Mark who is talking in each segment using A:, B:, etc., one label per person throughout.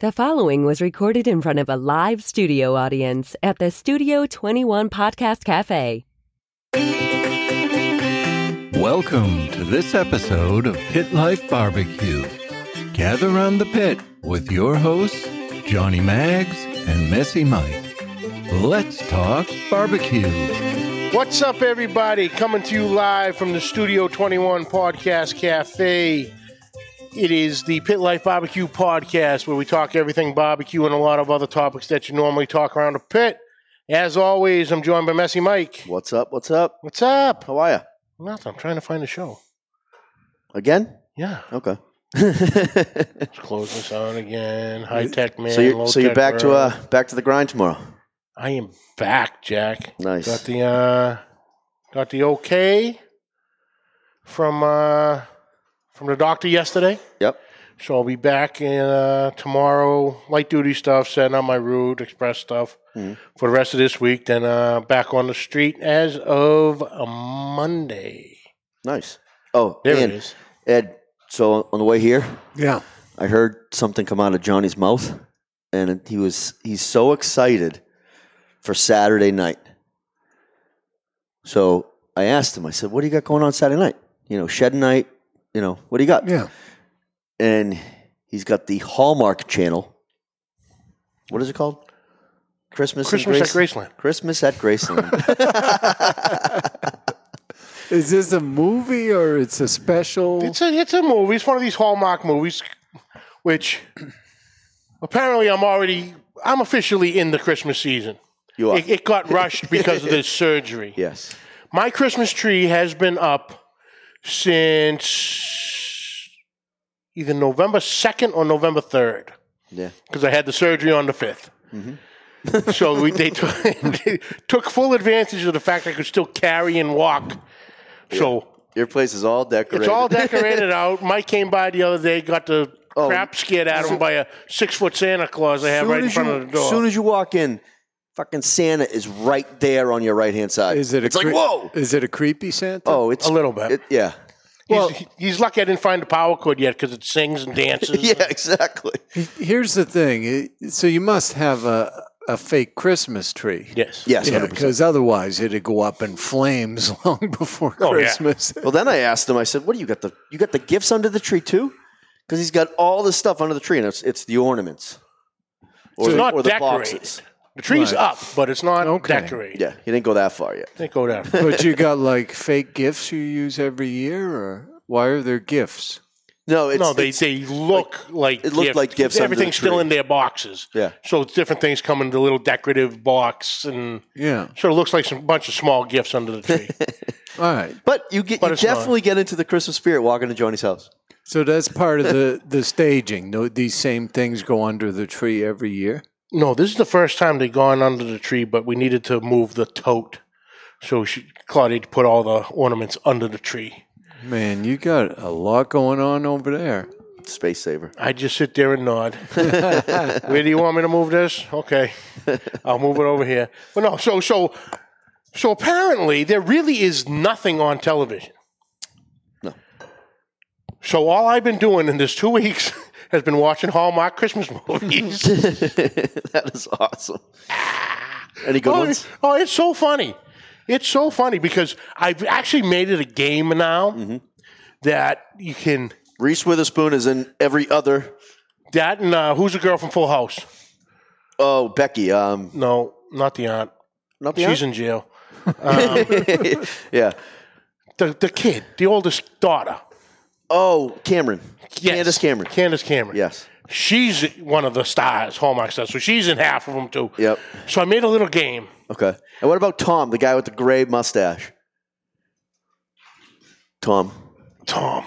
A: The following was recorded in front of a live studio audience at the Studio 21 Podcast Cafe.
B: Welcome to this episode of Pit Life Barbecue. Gather round the pit with your hosts, Johnny Mags and Messy Mike. Let's talk barbecue.
C: What's up, everybody? Coming to you live from the Studio 21 Podcast Cafe. It is the Pit Life Barbecue Podcast where we talk everything barbecue and a lot of other topics that you normally talk around a pit. As always, I'm joined by Messy Mike.
D: What's up? What's up?
C: What's up?
D: How are you?
C: Nothing. I'm trying to find a show.
D: Again?
C: Yeah.
D: Okay.
C: Let's close this out again. High tech man.
D: so
C: low
D: you're so you're
C: tech
D: back to
C: girl.
D: uh back to the grind tomorrow.
C: I am back, Jack.
D: Nice.
C: Got the uh, got the okay from uh, from the doctor yesterday.
D: Yep.
C: So I'll be back in, uh, tomorrow, light duty stuff, setting up my route, express stuff
D: Mhm.
C: for the rest of this week. Then uh, back on the street as of uh, Monday.
D: Nice. Oh,
C: There
D: and
C: it is.
D: Ed, so on the way here,
C: Yeah.
D: I heard something come out of Johnny's mouth and he was he's so excited for Saturday night. So I asked him, I said, What do you got going on Saturday night? You know, shed night, you know, what do you got?
C: Yeah.
D: And he's got the Hallmark channel. What is it called? Christmas, in
C: Christmas
D: Grace-
C: at Graceland.
D: Christmas at Graceland.
E: Is this a movie or it's a special?
C: It's a it's a movie. It's one of these Hallmark movies, which apparently I'm already I'm officially in the Christmas season.
D: you are.
C: It, it got rushed because of this surgery.
D: yes.
C: My Christmas tree has been up since either November 2nd or November 3rd
D: Yeah.
C: because I had the surgery on the 5th.
D: Mm-hmm.
C: so we, they, took they took full advantage of the fact I could still carry and walk. So
D: Your place is all decorated.
C: it's all decorated out. Mike came by the other day, got the
D: Oh.
C: crap scared out of him by a six foot Santa Claus I have
D: Soon
C: right in
D: as
C: front
D: you,
C: of the door.
D: soon as you walk in, fucking Santa is right there on your right hand side.
E: Is it? A
D: It's like
E: cre-
D: whoa.
E: Is it a creepy Santa?
D: Oh, it's
C: a little bit.
D: It, yeah.
E: well-
C: he's, he's lucky I didn't find the power cord yet because it sings and dances.
D: Yeah. Exactly.
E: here's the thing. It- So you must have a a fake Christmas tree.
C: Yes.
D: Yes.
E: Yeah,
D: 100%.
E: because otherwise it'd go up in flames long before
C: Oh, yeah.
E: Christmas.
D: Well, then I asked him. I said, "What do you got? The you got the gifts under the tree too? Because he's got all the stuff under the tree, and it's it's the ornaments or
C: It's
D: the,
C: not
D: or the
C: decorated.
D: boxes.
C: The tree's
E: Right.
C: up, but it's not
E: Okay.
C: decorated.
D: Yeah, he didn't go that far yet.
C: They go down.
E: But you got like fake gifts you use every year, or why are there gifts?
D: No, it's
C: no, they,
D: it's-
C: they look like,
D: it looked
C: gifts.
D: like gifts under the
C: Everything's still
D: tree.
C: in their boxes.
D: yeah.
C: So it's different things come in the little decorative box and
E: Yeah.
C: sort of looks like some bunch of small gifts under the tree.
E: All right.
D: But you get
C: But
D: you
C: it's not.
D: definitely get into the Christmas spirit walking to Johnny's house.
E: So that's part of the the staging. No, these same things go under the tree every year.
C: no, this is the first time they've gone under the tree, but we needed to move the tote. So she, Claudia put all the ornaments under the tree.
E: Man, you got a lot going on over there.
D: Space saver.
C: I just sit there and nod. Where do you want me to move this? Okay, I'll move it over here. But no, so so so apparently there really is nothing on television.
D: No.
C: So all I've been doing in this two weeks has been watching Hallmark Christmas movies.
D: that is awesome. Any good
C: oh,
D: ones?
C: it- oh, it's so funny. It's so funny because I've actually made it a game now
D: Mm-hmm.
C: that you can
D: Reese Witherspoon is in every other.
C: that and uh, who's the girl from Full House?
D: Oh, Becky. Um,
C: No, not the aunt.
D: not the
C: She's in jail.
D: aunt? yeah.
C: The the kid, the oldest daughter.
D: Oh, Cameron.
C: Yes.
D: Candace Cameron.
C: Candace Cameron.
D: Yes.
C: She's one of the stars, Hallmark stars. So she's in half of them too.
D: Yep.
C: So I made a little game.
D: Okay. And what about Tom, the guy with the gray mustache? Tom.
C: Tom.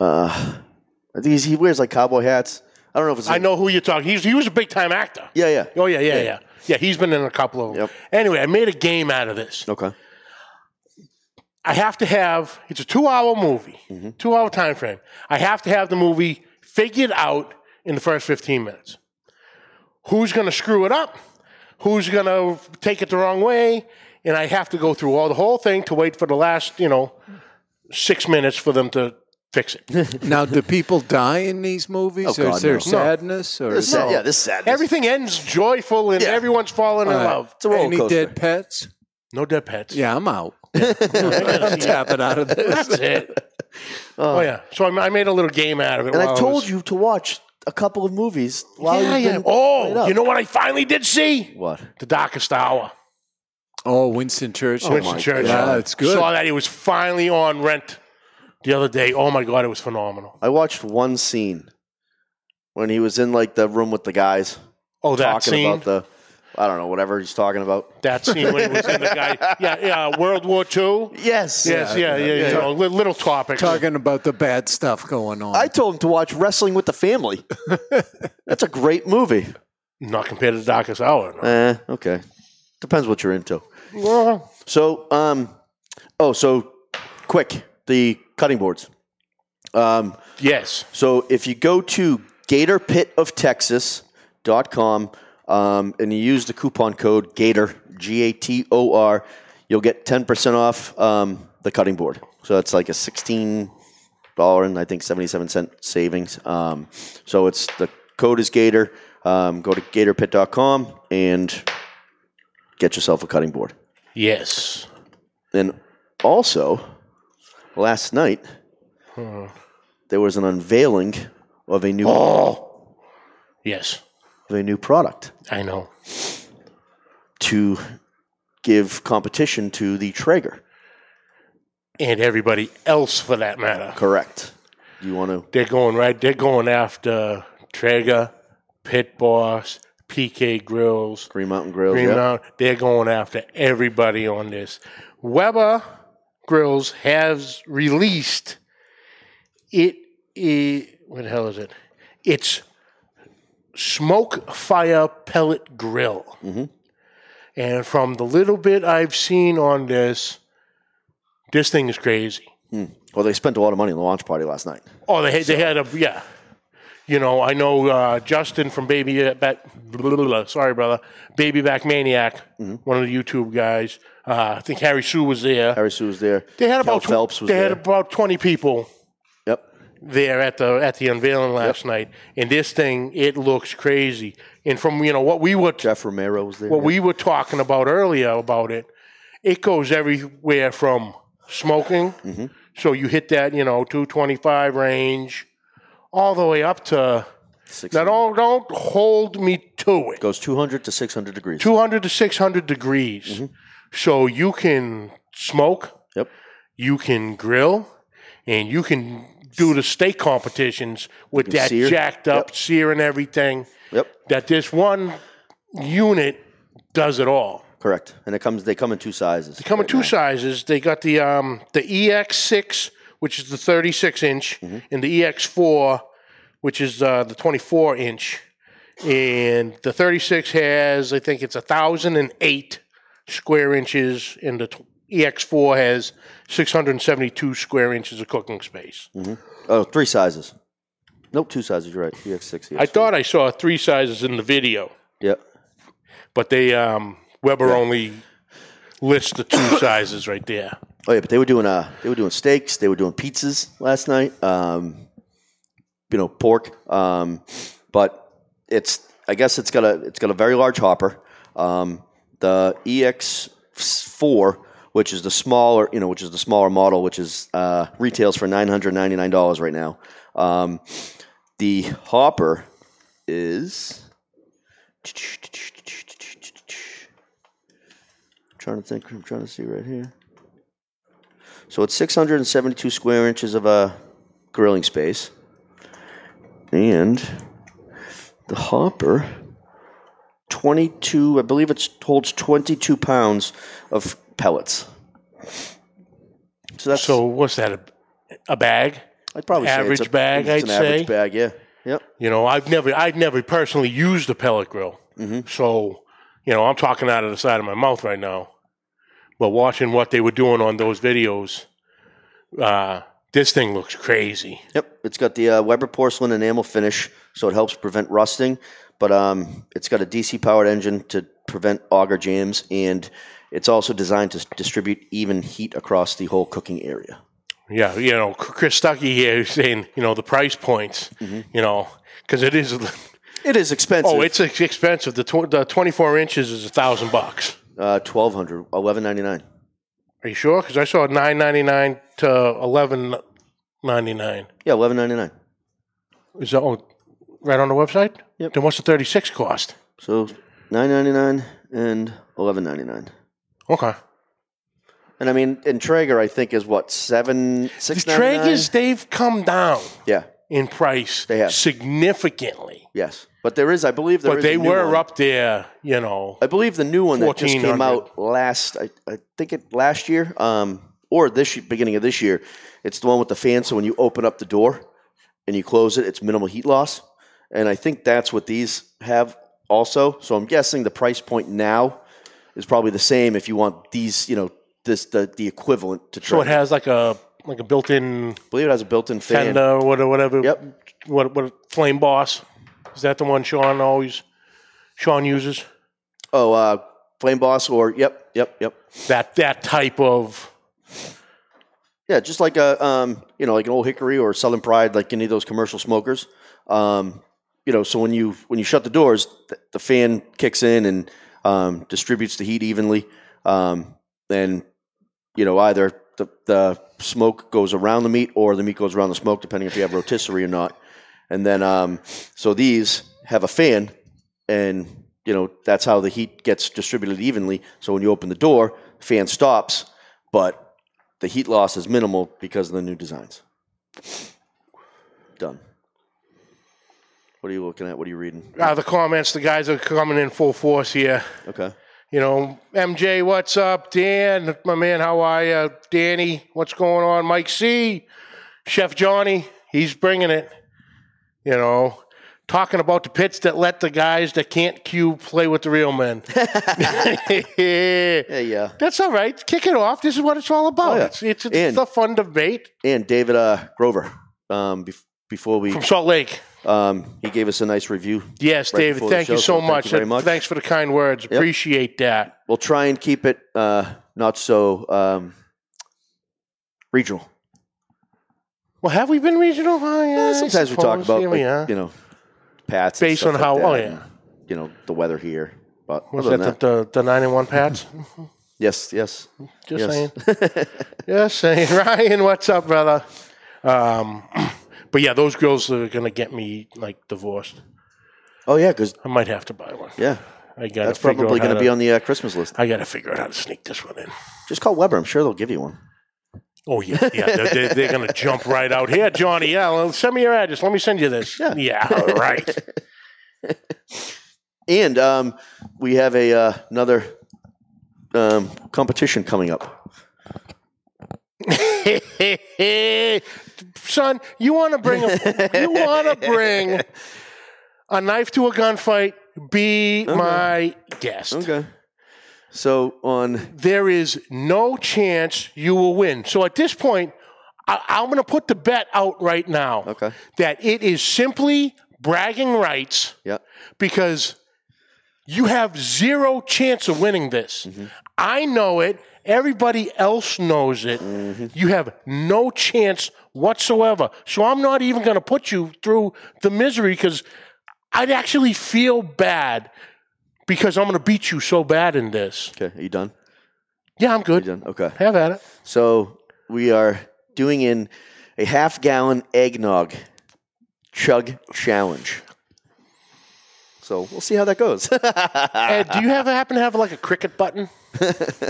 D: Uh, I think he's, he wears like cowboy hats. I don't know if it's.
C: I know who you're talking. He's he was a big time actor.
D: Yeah, yeah.
C: Oh yeah, yeah, yeah, yeah. he's been in a couple of them.
D: Yep.
C: Anyway, I made a game out of this.
D: Okay.
C: I have to have it's a two hour movie, two hour time frame. I have to have the movie figured out in the first fifteen minutes. Who's gonna screw it up? Who's gonna take it the wrong way? And I have to go through all the whole thing to wait for the last, you know, six minutes for them to fix it.
E: Now, do people die in these movies?
D: Oh,
E: Is
D: God,
E: there
D: no.
E: sadness or
D: This
E: is
D: sad,
E: it-
D: yeah, this is sadness.
C: Everything ends joyful and
D: Yeah.
C: everyone's falling in
E: All right.
C: love.
D: It's a roller
E: Any
D: coaster.
E: dead pets?
C: No dead pets.
E: Yeah, I'm out. I'm tapping out of
C: That's
E: this.
C: it. oh, yeah. So I, I made a little game out of it.
D: And
C: while
D: I
C: was-
D: told you to watch a couple of movies while
C: Yeah,
D: you've
C: yeah.
D: been playing
C: Oh,
D: up.
C: you know what I finally did see?
D: what?
C: The Darkest Hour.
E: Oh, Winston Churchill.
C: Winston Churchill.
E: Yeah, it's good.
C: Saw that he was finally on rent the other day. Oh my god, it was phenomenal.
D: I watched one scene when he was in like the room with the guys
C: Oh, that
D: talking
C: scene.
D: about the I don't know whatever he's talking about.
C: that scene when he was in the guy. Yeah, yeah. World War II.
D: Yes.
C: Yes, yeah, yeah, yeah. you know, li- little topic.
E: Talking about the bad stuff going on.
D: I told him to watch Wrestling with the Family. That's a great movie.
C: Not compared to the Darkest Hour. no.
D: Eh, okay. Depends what you're into.
C: Well,
D: So, um, oh, so quick the cutting boards. Um,
C: yes.
D: So if you go to gatorpitoftexas.com um, and you use the coupon code GATOR, G A T O R, you'll get 10% off um, the cutting board. So that's like a $16 and I think 77 cent savings. Um, so it's the code is GATOR. Um, go to gatorpit.com and get yourself a cutting board.
C: Yes.
D: And also, last night, there was an unveiling of a new
C: Oh. Yes.
D: of a new product
C: I know.
D: to give competition to the Traeger.
C: And everybody else for that matter.
D: Correct. You want to?
C: They're going right. They're going after Traeger, Pit Boss, PK Grills,
D: Green Mountain Grill.
C: Green
D: yeah.
C: Mountain. They're going after everybody on this. Weber Grills has released it. i- what the hell is it? It's smoke fire pellet grill.
D: Mhm.
C: And from the little bit I've seen on this, this thing is crazy.
D: Well, they spent a lot of money on the launch party last night.
C: Oh, they had, they had a yeah. You know, I know uh, Justin from Baby uh, Back. Blah, blah, blah, sorry, brother. Baby Back Maniac, one of the YouTube guys. Uh, I think Harry Sue was there.
D: Mm-hmm. Harry Sue was there.
C: They had about
D: Cal Phelps was
C: they had
D: there.
C: about twenty people
D: Yep.
C: there at the at the unveiling last night. And this thing, it looks crazy. And from you know what we were
D: Jeff Romero was there.
C: what we were talking about earlier about it, it goes everywhere from smoking.
D: Mm-hmm.
C: So you hit that, you know, 225 range, all the way up to.
D: Six-
C: Now, don't, don't hold me to it.
D: goes 200 to 600 degrees.
C: 200 to 600 degrees.
D: Mm-hmm.
C: So you can smoke,
D: Yep.
C: you can grill, and you can do the steak competitions with
D: can
C: that
D: sear.
C: jacked up sear and everything.
D: Yep.
C: That this one unit does it all.
D: Correct. And it comes. They come in two sizes.
C: They come in two sizes. They got the um, the EX6, which is the 36 inch, and the EX4, which is uh, the 24 inch. And the 36 has, I think it's 1,008 square inches, and the t- EX4 has 672 square inches of cooking space.
D: Oh, three sizes. Nope, two sizes. You're right. EX6.
C: I thought I saw three sizes in the video,
D: Yep.
C: but they um, Weber only lists the two sizes right there.
D: Oh yeah, but they were doing uh they were doing steaks, they were doing pizzas last night. Um, you know, pork. Um, but it's I guess it's got a it's got a very large hopper. Um, the EX four, which is the smaller you know, which is the smaller model, which is uh, retails for nine hundred ninety nine dollars right now. Um, the hopper is trying to think. I'm trying to see right here. So it's 672 square inches of a grilling space. And the hopper, 22, I believe it holds 22 pounds of pellets. So that's
C: So what's that? A, a bag?
D: I'd probably say
C: average
D: it's a,
C: bag,
D: It's
C: I'd
D: an average
C: say.
D: bag, yeah. Yep.
C: You know, I've never, I've never personally used a pellet grill. So, you know, I'm talking out of the side of my mouth right now. But watching what they were doing on those videos, uh, this thing looks crazy.
D: Yep, it's got the uh, Weber porcelain enamel finish, so it helps prevent rusting. But um, it's got a DC powered engine to prevent auger jams, and it's also designed to s- distribute even heat across the whole cooking area.
C: Yeah, you know, C- Chris Stuckey here is saying, you know, the price points, you know, because it is.
D: It is expensive.
C: Oh, it's ex- expensive. The, tw- the 24 inches is a thousand bucks.
D: uh, 1200 1199
C: Are you sure? Because I saw 9.99 to 11.99.
D: Yeah, 1199
C: Is that oh, right on the website?
D: Yep.
C: Then what's the 36 cost?
D: So 999 and 1199
C: Okay.
D: and I mean, and Traeger, I think, is what seven
C: The
D: six.
C: Traegers, they've come down
D: yeah,
C: in price
D: They have.
C: significantly.
D: yes, but there is, I believe, there
C: but
D: is
C: they
D: a new
C: were
D: one.
C: up there, you know.
D: I believe the new one that just came
C: 1400.
D: out last, I, I think it last year, um, or this year, beginning of this year. It's the one with the fan. So when you open up the door and you close it, it's minimal heat loss. And I think that's what these have also. So I'm guessing the price point now is probably the same if you want these, you know, this the the equivalent to.
C: So it
D: Traeger.
C: has like a like a built-in
D: I believe it has a built-in fan.
C: tender or whatever. whatever
D: Yep.
C: What what flame boss? Is that the one Sean always Sean uses?
D: Oh, uh, Flame Boss, or yep, yep, yep.
C: That that type of
D: Yeah, just like a um, you know, like an old hickory or Southern Pride, like any of those commercial smokers. Um, you know, so when you when you shut the doors, th- the fan kicks in and um, distributes the heat evenly. Um, and you know, either the the smoke goes around the meat or the meat goes around the smoke, depending if you have rotisserie or not. And then um, so these have a fan, and you know that's how the heat gets distributed evenly. So when you open the door, fan stops, but the heat loss is minimal because of the new designs. Done. What are you looking at? What are you reading?
C: uh, the comments. The guys are coming in full force here.
D: Okay.
C: You know, MJ, what's up? Dan, my man, how are you? Danny, what's going on? Mike C, Chef Johnny, he's bringing it. You know, talking about the pits that let the guys that can't cue play with the real men.
D: Yeah, yeah.
C: That's all right. Kick it off. This is what it's all about.
D: Oh, yeah.
C: It's it's, it's
D: And-
C: a fun debate
D: And David uh, Grover, um, bef- before we,
C: from Salt Lake.
D: um, he gave us a nice review.
C: Yes,
D: Right
C: David.
D: before the
C: Thank you
D: show,
C: so
D: so thank
C: much.
D: you very much.
C: Thanks for the kind words. Appreciate that.
D: We'll try and keep it uh, not so um, regional.
C: Well, have we been regional? Oh, yeah, I
D: Eh, Sometimes we talk
C: suppose.
D: about,
C: Here we are.
D: like, you know, Pats. and
C: Based
D: stuff
C: on
D: like
C: how-
D: that
C: oh,
D: and,
C: yeah.
D: you know the weather here. But
C: Was
D: other
C: that,
D: than that,
C: the, the, the nine and one Pats?
D: yes, yes,
C: Just
D: yes.
C: saying. Just saying. Ryan, what's up, brother? Um, but yeah, those girls are gonna get me like divorced.
D: oh yeah, because
C: I might have to buy one.
D: yeah,
C: I gotta
D: that's probably
C: going to
D: be on the uh, Christmas list.
C: I gotta figure out how to sneak this one in.
D: Just call Weber. I'm sure they'll give you one.
C: Oh yeah, yeah. They're, they're, they're gonna jump right out here, Johnny. Yeah, well, send me your address. Let me send you this. Yeah, all right.
D: And um, we have a uh, another um, competition coming up.
C: son, you want to bring a, you want to bring a knife to a gunfight? Be my guest.
D: So on
C: There is no chance you will win. So at this point, I, I'm going to put the bet out right now
D: okay,
C: that it is simply bragging rights
D: yeah,
C: because you have zero chance of winning this.
D: Mm-hmm.
C: I know it. Everybody else knows it.
D: Mm-hmm.
C: You have no chance whatsoever. So I'm not even going to put you through the misery because I'd actually feel bad because I'm going to beat you so bad in this.
D: okay. Are you done?
C: Yeah, I'm
D: You
C: good.
D: done? Okay.
C: Have at it.
D: So we are doing in a half gallon eggnog chug challenge. So we'll see how that goes. Ah.
C: Ed, do you have happen to have like a cricket button?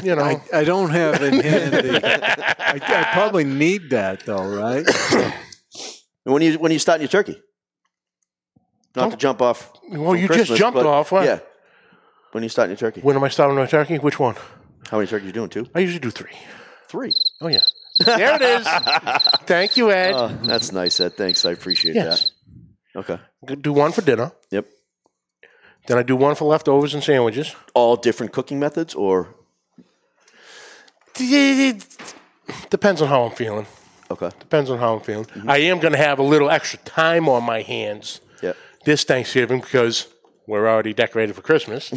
C: You know,
E: I, I don't have it handy. I, I probably need that though, right?
D: when you when you starting your turkey? Not to jump off.
C: well,
D: from
C: Oh, you just
D: Christmas,
C: jumped
D: but-
C: off. What?
D: Yeah. When you starting your turkey?
C: When am I starting my turkey? Which one?
D: How many turkeys you doing? Two,
C: I usually do three.
D: three.
C: Oh yeah. There it is. Thank you, Ed.
D: Oh, that's nice, Ed. Thanks. I appreciate
C: yes.
D: that. Okay.
C: Do one for dinner.
D: Yep.
C: Then I do one for leftovers and sandwiches.
D: All different cooking methods, or
C: Depends on how I'm feeling.
D: okay.
C: Depends on how I'm feeling. I am going to have a little extra time on my hands
D: Yeah.
C: this Thanksgiving because we're already decorated for Christmas.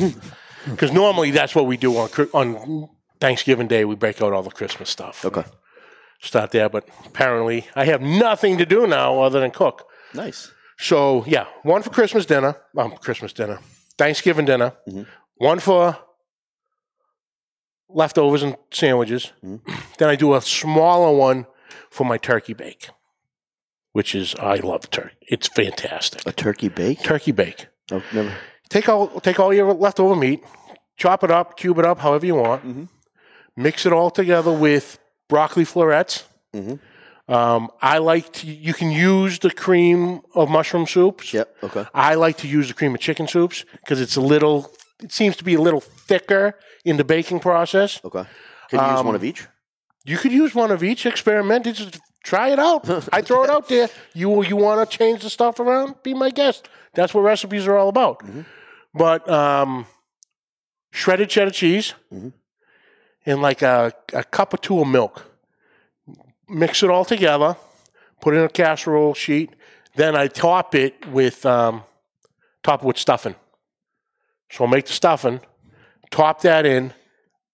C: Because normally that's what we do on Chri- on Thanksgiving Day. We break out all the Christmas stuff.
D: Okay.
C: start there. But apparently, I have nothing to do now other than cook.
D: Nice.
C: So yeah, one for Christmas dinner, um, Christmas dinner, Thanksgiving dinner,
D: Mhm.
C: one for leftovers and sandwiches.
D: Mhm.
C: Then I do a smaller one for my turkey bake, which is I love turkey. It's fantastic.
D: A turkey bake?
C: Turkey bake.
D: Oh, never.
C: Take all take all your leftover meat, chop it up, cube it up, however you want.
D: Mhm.
C: Mix it all together with broccoli florets.
D: Mhm.
C: Um, I like to. You can use the cream of mushroom soups.
D: Yep. Okay.
C: I like to use the cream of chicken soups because it's a little, it seems to be a little thicker in the baking process.
D: Okay. Could you use
C: Um,
D: one of each?
C: You could use one of each, experiment, it, just try it out. I throw it out there. You you want to change the stuff around? Be my guest. That's what recipes are all about.
E: Mm-hmm.
D: Mhm.
C: But um, shredded cheddar cheese
E: Mm-hmm.
D: Mhm.
C: and like a, a cup or two of milk. Mix it all together, put it in a casserole sheet. Then I top it with um, top it with stuffing. So I'll make the stuffing, top that in.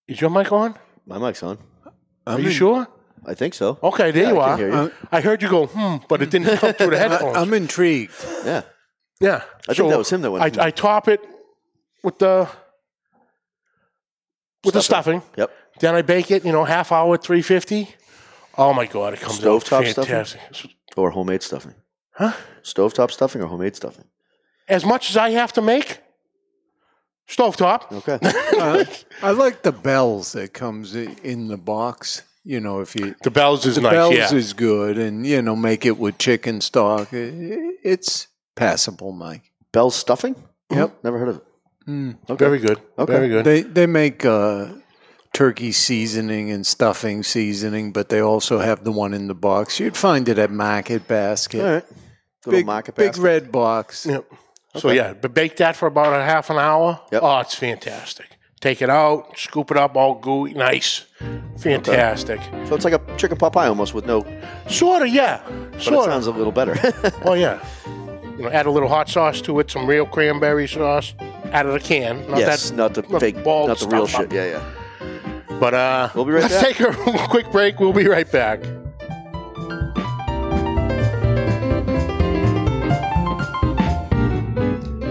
C: Is your mic on?
D: My mic's on.
E: I'm
C: Are you
E: in-
C: sure?
D: I think so.
C: Okay, Oh, there
D: Yeah,
C: you
D: I
C: are. Uh,
D: can hear you.
C: I heard you go, hmm, but it didn't come through the headphones.
E: I, am intrigued.
D: Yeah.
C: yeah.
D: I think that was him that went.
C: I, I top it with the with the
D: Stuffing.
C: stuffing.
D: Yep.
C: Then I bake it, you know, half hour, 350. Oh my God, it comes out
D: Stovetop stuffing?
C: fantastic.
D: or homemade stuffing.
C: Huh?
D: Stovetop stuffing or homemade stuffing?
C: As much as I have to make, stovetop.
D: Okay.
E: Uh, I like the bells that comes i- in the box. You know, if you
C: The bells is
E: the
C: nice,
E: bells
C: yeah.
E: is good, and you know, make it with chicken stock. I- i- It's passable, Mike.
D: Bell's stuffing? Mm-hmm.
E: Yep.
D: Never heard of it.
E: Mm.
D: Okay.
C: Very good.
D: Okay.
C: Very good.
E: They they make uh, turkey seasoning and stuffing seasoning, but they also have the one in the box. You'd find it at Market Basket.
D: All right. Little
E: Big,
D: market
E: big
D: basket.
E: red box.
C: Yep. So yeah, but bake that for about a half an hour.
D: Yep.
C: Oh, it's fantastic. Take it out, scoop it up, all gooey, nice, fantastic.
D: So it's like a chicken pot pie almost with no, but
C: Sort of, yeah,
D: it
C: sort of.
D: sounds a little better.
C: Oh yeah. You know, add a little hot sauce to it, some real cranberry sauce out of the can. Not
D: yes,
C: that,
D: not the
C: not
D: fake,
C: bald
D: not the real
C: stuff.
D: shit. Yeah, yeah.
C: but uh,
D: We'll be right
C: let's
D: back.
C: take a quick break. We'll be right back.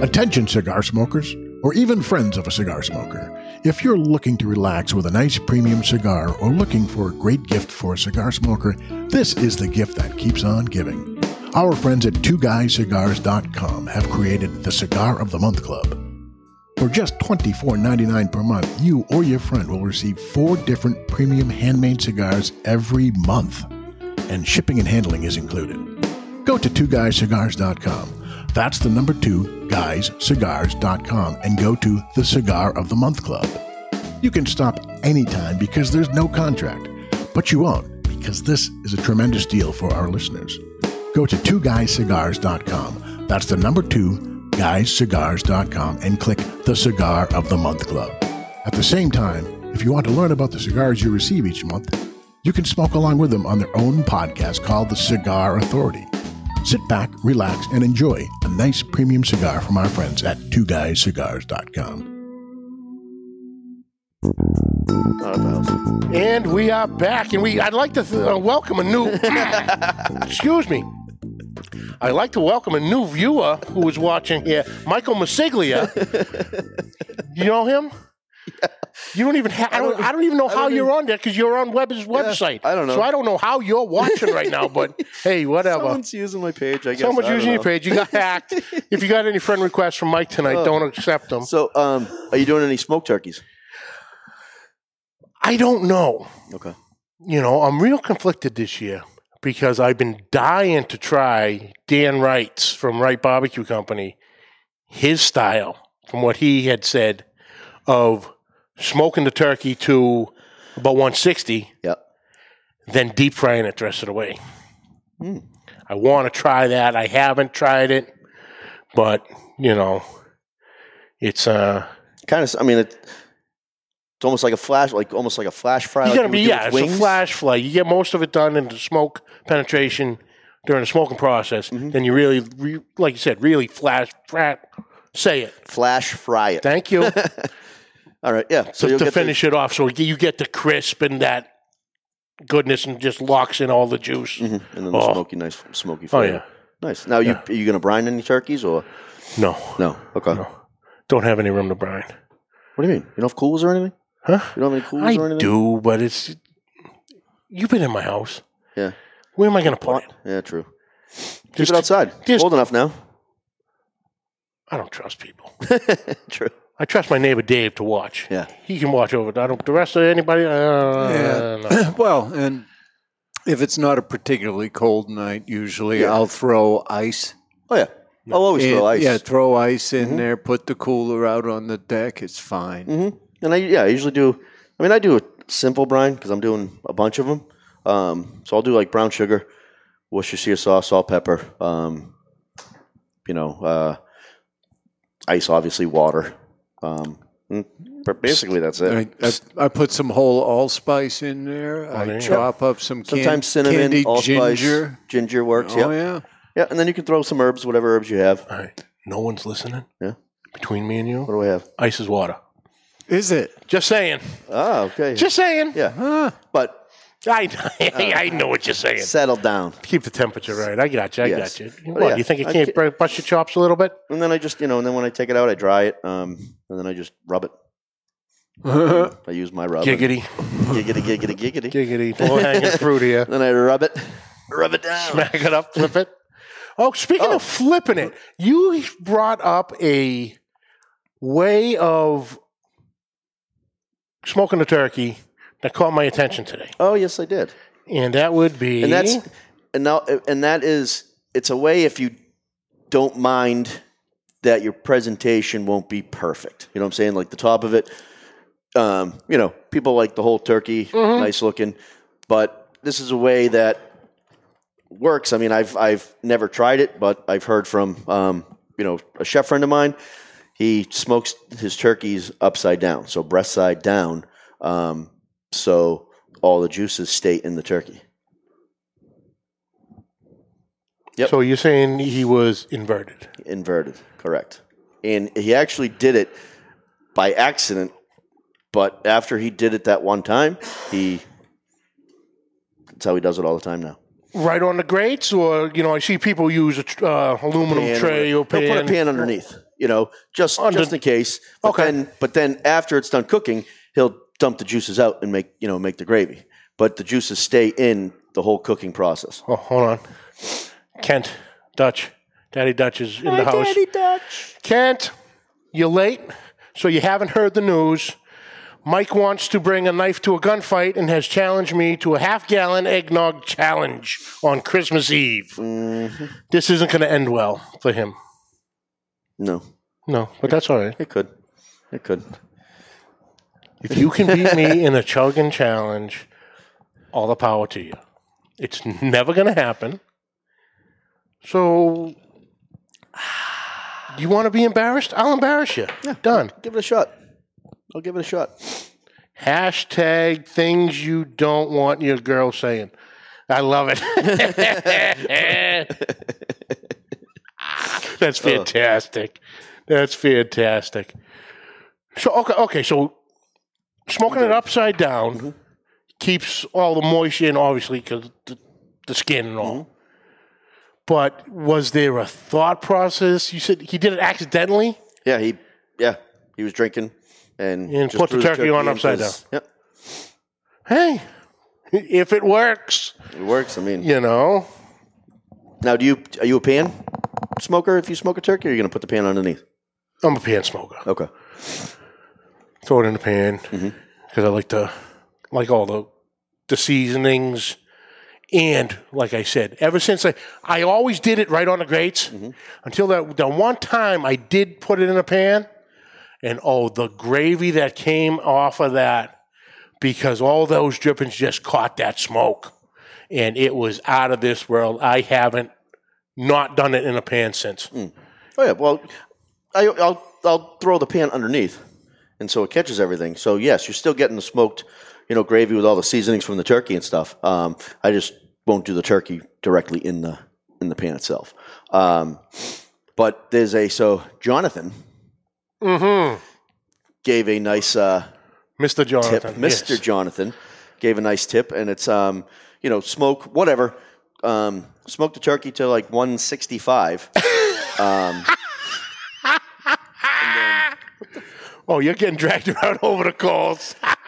F: Attention, cigar smokers, or even friends of a cigar smoker. If you're looking to relax with a nice premium cigar or looking for a great gift for a cigar smoker, this is the gift that keeps on giving. Our friends at twoguyscigars.com have created the Cigar of the Month Club. For just $24.99 per month, you or your friend will receive four different premium handmade cigars every month, and shipping and handling is included go to two guyscigars.com. That's the number two, guyscigars.com, and go to the Cigar of the Month Club. You can stop anytime because there's no contract, but you won't because this is a tremendous deal for our listeners. Go to two guyscigars.com. That's the number two, guyscigars.com, and click the Cigar of the Month Club. At the same time, if you want to learn about the cigars you receive each month, you can smoke along with them on their own podcast called The Cigar Authority. Sit back, relax, and enjoy a nice premium cigar from our friends at twoguyscigars.com.
D: Not at the house.
C: And we are back, and we I'd like to uh, welcome a new. excuse me. I'd like to welcome a new viewer who is watching here, Michael Masiglia. you know him? You don't even. Ha- I don't. I don't even know how you're on there because you're on Weber's website.
D: I don't know.
C: So I don't know how you're watching right now. But hey, whatever.
D: Someone's using my page. I guess.
C: Someone's
D: I don't
C: using your
D: know. Oh.
C: page. You got hacked. if you got any friend requests from Mike tonight, don't accept them.
D: So, um, are you doing any smoked turkeys?
C: I don't know.
D: Okay.
C: you know, I'm real conflicted this year because I've been dying to try Dan Wright's from Wright Barbecue Company, his style, from what he had said of smoking the turkey to about 160,
D: Yep.
C: then deep frying it the rest of the way.
D: Hmm.
C: I want to try that. I haven't tried it, but you know, it's uh,
D: Kind of. I mean, it, it's almost like a flash, like almost like a flash fry.
C: you
D: like
C: gotta
D: you
C: be
D: would do
C: yeah,
D: with
C: it's a
D: wings.
C: flash fly. You get most of it done in the smoke penetration during the smoking process.
D: Mhm.
C: Then you really, re, like you said, really flash frat. Say it.
D: Flash fry it.
C: Thank you
D: All right. Yeah.
C: to,
D: you'll
C: to
D: get the-
C: finish it off. So you get the crisp and that goodness and just locks in all the juice.
D: Mhm. And then
C: Oh.
D: the smoky, nice smoky
C: Oh,
D: flavor.
C: yeah.
D: Nice. Now, you are you going to brine any turkeys or
C: No,
D: no? Okay.
C: No. don't have any room to brine.
D: What do you mean? You don't have coolers or anything?
C: Huh?
D: You don't have any coolers
C: I
D: or anything?
C: do, but it's. You've been in my house.
D: Yeah.
C: Where am I going to put it?
D: Yeah, true. Keep
C: Just-
D: it outside.
C: just-
D: Cold enough now.
C: I don't trust people.
D: true.
C: I trust my neighbor Dave to watch.
D: Yeah.
C: He can watch over. it. I don't. The rest of anybody. Uh, no.
E: well, and if it's not a particularly cold night, usually
D: Yeah.
E: I'll throw ice.
D: Oh yeah. I'll always
E: in-
D: throw ice.
E: Yeah, throw ice in
D: Mhm.
E: there. Put the cooler out on the deck. It's fine.
D: Mm-hmm. And I yeah I usually do. I mean I do a simple brine because I'm doing a bunch of them. Um, so I'll do like brown sugar, Worcestershire sauce, salt, pepper. Um, you know, uh, ice, obviously, water. Um, mm, but basically that's it.
E: I, I, I put some whole allspice in there. I
C: Oh, there you go.
E: chop up some can-
D: Sometimes cinnamon,
E: candied
D: allspice,
E: ginger.
D: ginger, ginger works.
E: Oh
D: yeah,
E: yeah.
D: yeah, and then you can throw some herbs, whatever herbs you have.
C: All right. No one's listening.
D: Yeah.
C: Between me and you,
D: What do I have?
C: ice is water.
E: Is it?
C: Just saying.
D: Ah, okay.
C: Just saying.
D: yeah,
E: Huh.
D: but
C: I, I know what you're saying.
D: settle down.
C: Keep the temperature right. I got you. I
D: Yes.
C: got you.
D: Oh,
C: What,
D: yeah.
C: you think you
D: I
C: can't
D: ca-
C: br- brush your chops a little bit?
D: And then I just, you know, and then when I take it out, I dry it, um, and then I just rub it. I use my rub.
C: Giggity,
D: giggity, giggity, giggity.
C: giggity, low hanging fruit here.
D: Then I rub it, rub it down.
C: Smack it up, flip it. Oh, speaking
D: Oh.
C: of flipping it, you brought up a way of smoking the turkey that caught my attention today,
D: Oh yes, I did.
C: and that would be
D: And that's and now and that is it's a way if you don't mind that your presentation won't be perfect. You know what I'm saying? Like the top of it, um, you know, people like the whole turkey, nice looking, but this is a way that works. I mean, I've I've never tried it, but I've heard from um, you know a chef friend of mine. He smokes his turkeys upside down, so breast side down, um, so all the juices stay in the turkey. yep.
C: so. You're saying he was inverted.
D: Inverted, correct. And he actually did it by accident, but after he did it that one time, he that's how he does it all the time now.
C: Right on the grates, or you know, I see people use a tr- uh, aluminum
D: Pan or
C: tray or
D: whatever.
C: pan.
D: He'll put a pan underneath, you know, just
C: Under-
D: just in case. But
C: Okay.
D: Then, but then after it's done cooking, he'll dump the juices out and make you know make the gravy. But the juices stay in the whole cooking process.
C: Oh, hold on. Kent, Dutch. Daddy Dutch is in the house. Daddy Dutch. Kent, you're late, so you haven't heard the news. Mike wants to bring a knife to a gunfight and has challenged me to a half gallon eggnog challenge on Christmas Eve.
D: Mm-hmm.
C: This isn't going to end well for him.
D: No,
C: No, but that's all right.
D: it could, it could.
C: If you can beat me in a chugging challenge, all the power to you. It's never going to happen. So, you want to be embarrassed? I'll embarrass you. Done.
D: Give it a shot. I'll give it a shot.
C: Hashtag things you don't want your girl saying. I love it. That's fantastic. That's fantastic. So okay, okay, so smoking it upside down keeps all the moisture in, obviously, because the, the skin and all. But was there a thought process? You said he did it accidentally.
D: Yeah, he yeah he was drinking and
C: And
D: just
C: put the
D: threw
C: turkey on
D: in
C: upside
D: 'cause-
C: Hey, if it works,
D: Yep, it works. I mean,
C: you know.
D: now do you are you a pan smoker? If you smoke a turkey, or are you going to put the pan underneath?
C: I'm a pan smoker.
D: Okay.
C: throw it in the pan because I like to like all the the seasonings. And like I said, ever since I I always did it right on the grates until that the one time I did put it in a pan, and oh the gravy that came off of that because all those drippings just caught that smoke, and it was out of this world. I haven't not done it in a pan since.
D: Oh yeah. Well, I, I'll I'll throw the pan underneath, and so it catches everything. So yes, you're still getting the smoked, you know, gravy with all the seasonings from the turkey and stuff. Um, I just won't do the turkey directly in the in the pan itself. Um, but there's a so Jonathan
C: Mm-hmm.
D: gave a nice uh,
C: Mr.
D: tip,
C: Jonathan,
D: Mr.
C: yes.
D: Jonathan gave a nice tip, and it's um, you know, smoke whatever. Um, smoke the turkey to like 165. um,
C: Oh, you're getting dragged around over the coals.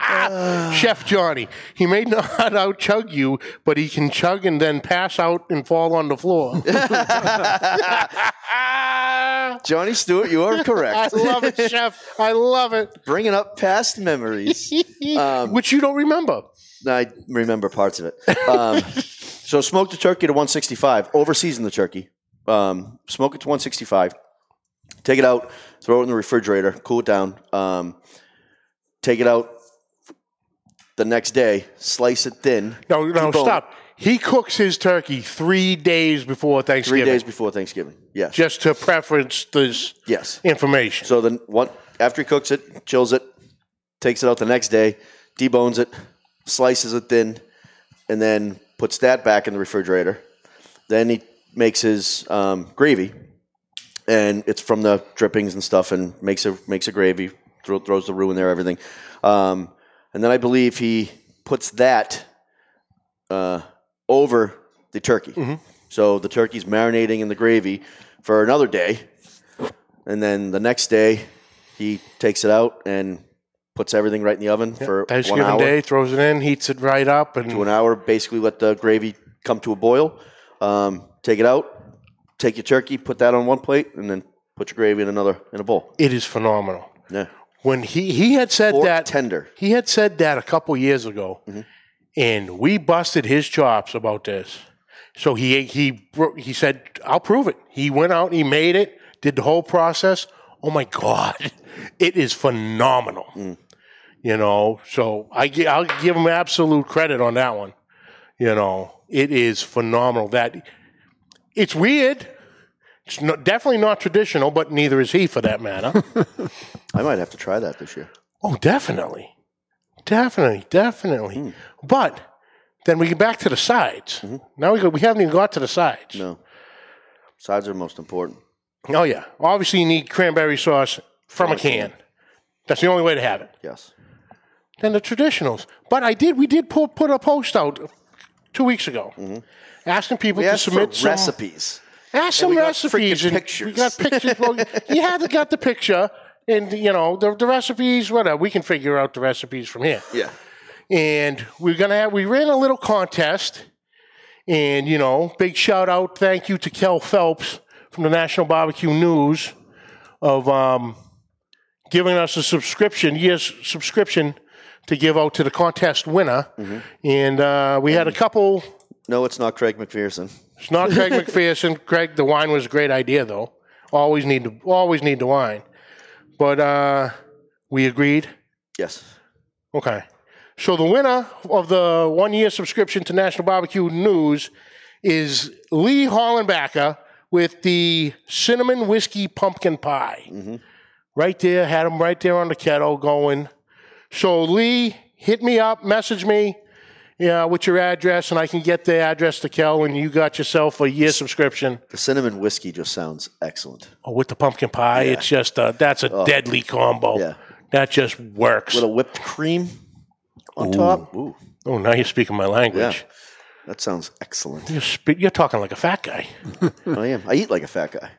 C: Chef Johnny, he may not out chug you, but he can chug and then pass out and fall on the floor. I
D: Johnny Stewart, you are correct.
C: love it, Chef. I love it.
D: Bringing up past memories. Um,
C: Which you don't remember.
D: I remember parts of it. Um, so smoke the turkey to 165. Overseason the turkey. Um, smoke it to 165. Take it out. Throw it in the refrigerator. Cool it down. Um, take it out the next day. Slice it thin.
C: No, no,
D: Debone it
C: stop. He cooks his turkey three days before
D: Three
C: Thanksgiving.
D: days before Thanksgiving. Yes.
C: Just to preference this
D: Yes.
C: information.
D: So then, what after he cooks it, chills it, takes it out the next day, debones it, slices it thin, and then puts that back in the refrigerator. Then he makes his um, gravy, and it's from the drippings and stuff, and makes a makes a gravy. Throw, throws the roux in there, everything, um, and then I believe he puts that uh, over the turkey.
C: Mm-hmm.
D: So the turkey's marinating in the gravy for another day, and then the next day he takes it out and puts everything right in the oven for one
C: Thanksgiving
D: hour
C: Day, throws it in, heats it right up, and
D: to an hour. Basically, let the gravy come to a boil. Um, take it out. Take your turkey, put that on one plate, and then put your gravy in another in a bowl.
C: it is phenomenal.
D: Yeah,
C: When he he had said
D: Pork
C: that
D: tender.
C: he had said that a couple years ago, and we busted his chops about this. So he he bro- he said, "I'll prove it." He went out, and he made it, did the whole process. Oh my god, it is phenomenal. You know, so I gi- I'll give him absolute credit on that one. You know, it is phenomenal. That it's weird. It's no, definitely not traditional, but neither is he for that matter.
D: I might have to try that this year.
C: Oh, definitely. Definitely, definitely.
D: Hmm.
C: But then we get back to the sides. Now we go, we haven't even got to the sides.
D: Mm-hmm. No, sides are most important.
C: Oh, yeah. Obviously, you need cranberry sauce from a can. That's the only way to have it.
D: Yes,
C: Then the traditionals. But I did, we did pull, put a post out two weeks ago asking people
D: Mm-hmm. we
C: to
D: asked for
C: submit some
D: recipes.
C: Ask some
D: we got
C: recipes.
D: freaking
C: and
D: pictures.
C: We got pictures. well, you had to got the picture, and you know the, the recipes. Whatever we can figure out the recipes from here.
D: Yeah,
C: and we're gonna have we ran a little contest and you know big shout out thank you to kel phelps from the national barbecue news of um, giving us a subscription years subscription to give out to the contest winner and uh, we had a couple
D: no, it's not Craig McPherson.
C: it's not Craig McPherson. Craig, the wine was a great idea though. Always need to always need the wine, but uh, we agreed.
D: Yes,
C: Okay. So the winner of the one year subscription to National Barbecue News is Lee Hollenbacker with the cinnamon whiskey pumpkin pie.
D: Mm-hmm.
C: Right there, had him right there on the kettle going. So Lee, hit me up, message me. Yeah, with your address, and I can get the address to Kel, and you got yourself a year subscription.
D: the cinnamon whiskey just sounds excellent.
C: Oh, with the pumpkin pie, it's just a, that's a deadly combo.
D: Oh. Yeah.
C: That just works.
D: Little whipped cream on top. Ooh,
C: oh, now you're speaking my language.
D: Yeah. that sounds excellent.
C: You're, sp- you're talking like a fat guy.
D: I am. I eat like a fat guy.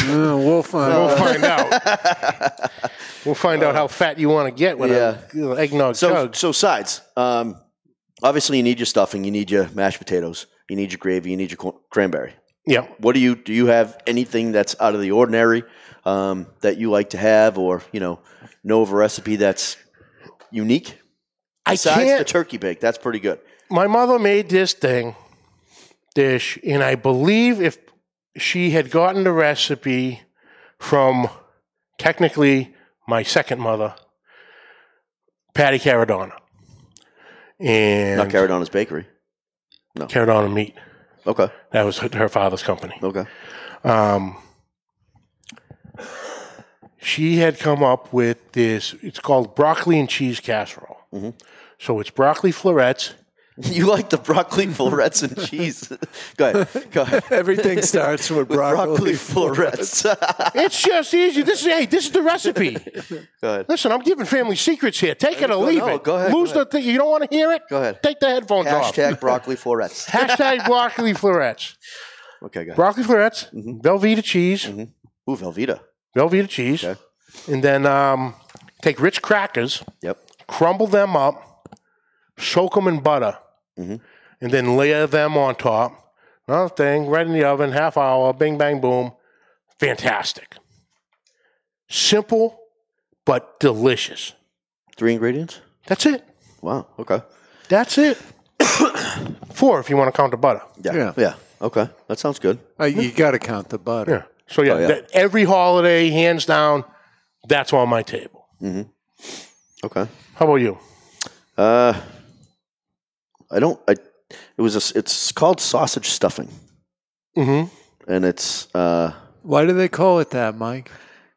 E: Uh, we'll find
C: We'll
E: out.
C: find out. we'll find out how fat you want to get with a eggnog
D: So
C: jug.
D: so sides. Um, obviously, you need your stuffing. You need your mashed potatoes. You need your gravy. You need your cor- cranberry.
C: Yeah.
D: What do you do? You have anything that's out of the ordinary um, that you like to have, or you know, know of a recipe that's unique?
C: I
D: Besides the
C: can't.
D: turkey bake, that's pretty good.
C: my mother made this thing, dish, and I believe if she had gotten the recipe from technically my second mother, Patty Caradonna. And
D: Not Caradona's Bakery.
C: Caradonna Meat.
D: Okay.
C: That was her her father's company.
D: Okay.
C: um, she had come up with
D: Mm-hmm.
C: this. It's called broccoli and cheese casserole. So it's broccoli florets,
D: You like the broccoli florets and cheese. Go ahead. Go ahead.
E: Everything starts with,
D: With broccoli,
E: broccoli.
D: florets.
C: It's just easy. This is hey, this is the recipe.
D: Go ahead.
C: Listen, I'm giving family secrets here. Take it or
D: go.
C: leave
D: No,
C: it.
D: go ahead,
C: Lose
D: go
C: the thing. You don't want to hear it.
D: Go ahead.
C: Take the headphones
D: Hashtag broccoli florets.
C: off. Hashtag broccoli florets.
D: Okay, go ahead.
C: Broccoli florets.
D: Mm-hmm.
C: Velveeta cheese.
D: Ooh, Velveeta.
C: Velveeta cheese.
D: Mm-hmm. Okay.
C: And then um, take rich crackers,
D: Yep.
C: crumble them up, soak them in butter,
D: Mhm.
C: and then layer them on top. Another thing, right in the oven, half hour, bing, bang, boom. Fantastic. Simple, but delicious.
D: Three ingredients.
C: That's it.
D: Wow. Okay.
C: That's it. Four, if you want to count the butter.
D: Yeah. Yeah.
E: Yeah.
D: Okay. That sounds good.
E: Uh, you got to count the
C: Yeah.
E: butter.
C: So yeah,
D: Oh, yeah.
C: That, every holiday, hands down, that's on my table.
D: Okay.
C: How about you?
D: Uh, I don't. I. It was. A, s- it's called sausage stuffing,
C: Mm-hmm.
D: and it's because
E: Why do they call it that, Mike?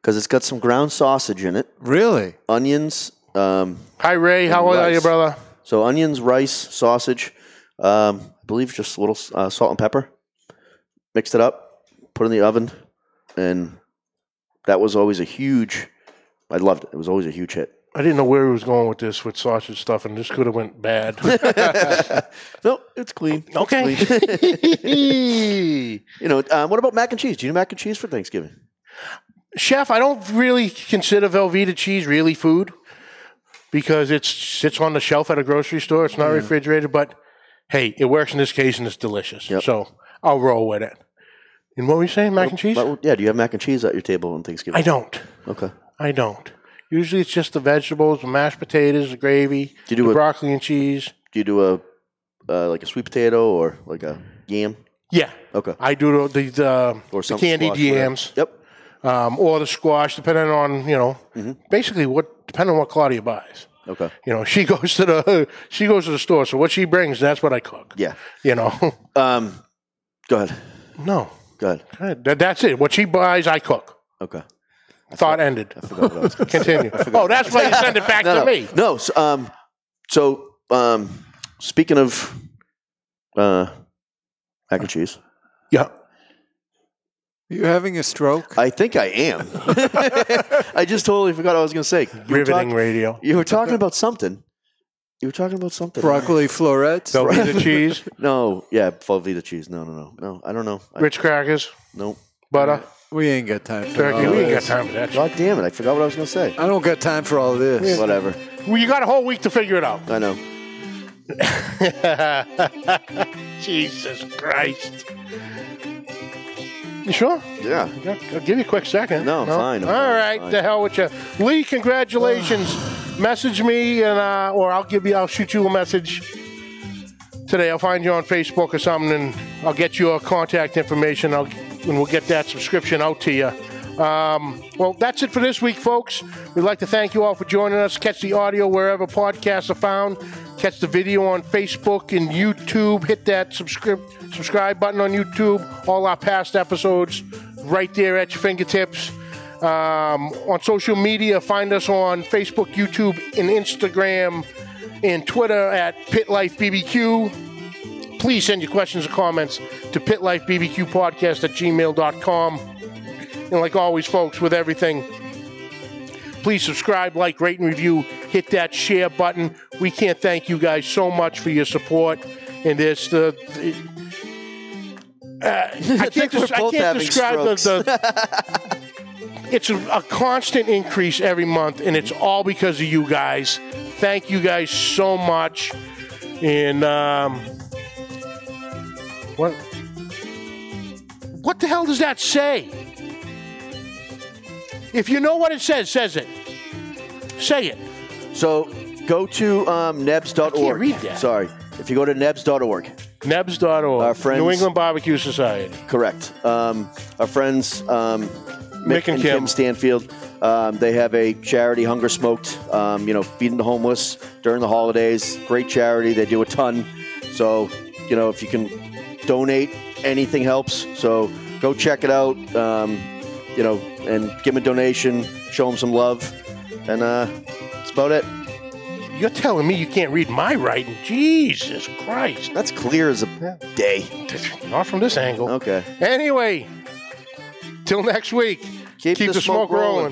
D: it's got some ground sausage in it,
E: Really?
D: onions. Um,
C: Hi Ray, how
D: And
C: are you,
D: rice.
C: brother?
D: so onions, rice, sausage. Um, I believe just a little uh, salt and pepper. Mixed it up, put it in the oven, and that was always a huge. I loved it. It was always a huge hit.
C: I didn't know where he was going with this with sausage stuff, and this could have went bad.
D: No, it's clean. It's
C: Okay.
D: clean. you know, um, what about mac and cheese? Do you do mac and cheese for Thanksgiving?
C: Chef, I don't really consider Velveeta cheese really food because it sits on the shelf at a grocery store. It's not refrigerated, but hey, it works in this case and it's delicious.
D: Yep.
C: So I'll roll with it. And what were you saying, mac and cheese?
D: Well, yeah, do you have mac and cheese at your table on Thanksgiving?
C: I don't.
D: Okay.
C: I don't. Usually it's just the vegetables, the mashed potatoes, the gravy,
D: Do you do
C: the
D: a-
C: broccoli and cheese.
D: Do you do a uh, like a sweet potato or like a yam?
C: Yeah.
D: Okay.
C: I do the, the,
D: Or
C: the
D: some
C: candied
D: squash, whatever.
C: yams
D: Yep. Mm-hmm.
C: um, or the squash, depending on, you know, basically what, depending on what Claudia buys.
D: Okay.
C: You know, she goes to the she goes to the store, so what she brings, that's what I cook.
D: Yeah.
C: You know,
D: Um, go ahead.
C: no,
D: Go ahead.
C: that, that's it. What she buys, I cook.
D: Okay.
C: Thought ended.
D: I forgot what I was going to say.
C: Continue. oh, that's why you send it back
D: No,
C: to
D: no.
C: me.
D: No. So, um, so um, speaking of uh, mac and cheese,
C: Yeah.
E: You having a stroke?
D: I think I am. I just totally forgot what I was going to say. You were
C: Riveting
D: talk-
C: radio.
D: You were talking about something. You were talking about something.
E: broccoli florets.
C: They'll be the cheese,
D: No, yeah, Velveeta cheese. No, no, no, no. I don't know. I,
C: rich crackers,
D: no.
C: butter,
E: We ain't got time for
C: turkey.
E: all
C: we ain't got
E: this.
C: time for that. shit.
D: God damn it! I forgot what I was gonna say.
E: I don't got time for all this.
D: Whatever.
C: Well, you got a whole week to figure it out.
D: I know.
C: Jesus Christ. You sure?
D: Yeah.
C: Yeah, I'll give you a quick second.
D: No, fine, I'm
C: All
D: fine,
C: right,
D: fine.
C: the hell with you, Lee. Congratulations. message me, and uh, or I'll give you, I'll shoot you a message today. I'll find you on Facebook or something, and I'll get your contact information. I'll and we'll get that subscription out to you. Um, well, that's it for this week, folks. We'd like to thank you all for joining us. Catch the audio wherever podcasts are found. Catch the video on Facebook and YouTube. Hit that subscribe subscribe button on YouTube. All our past episodes right there at your fingertips. Um, on social media, find us on Facebook, YouTube, and Instagram, and Twitter at Pit Life BBQ please send your questions or comments to pitlifebbqpodcast at gmail.com. And like always, folks, with everything, please subscribe, like, rate, and review. Hit that share button. We can't thank you guys so much for your support. And this, the. the- uh, I can't,
D: think we're
C: des- I
D: both
C: can't
D: having
C: describe the. the it's a, a constant increase every month, and it's all because of you guys. Thank you guys so much. And um, what? What the hell does that say? If you know what it says, says it. Say it.
D: So go to um, nebs.org.
C: I can't read that.
D: Sorry. If you go to nebs.org,
C: Nebs.org.
D: Our friends-
C: New England Barbecue Society.
D: correct. Um, our friends um,
C: Mick and Kim.
D: Stanfield, um, they have a charity, Hunger Smoked. Um, you know, feeding the homeless during the holidays. Great charity. They do a ton. So you know, if you can donate, anything helps. So go check it out. Um, you know, and give them a donation. Show them some love. And uh, that's about it.
C: You're telling me you can't read my writing? Jesus Christ.
D: That's clear as a day.
C: Not from this angle.
D: Okay.
C: Anyway, till next week, keep, the, smoke, rolling.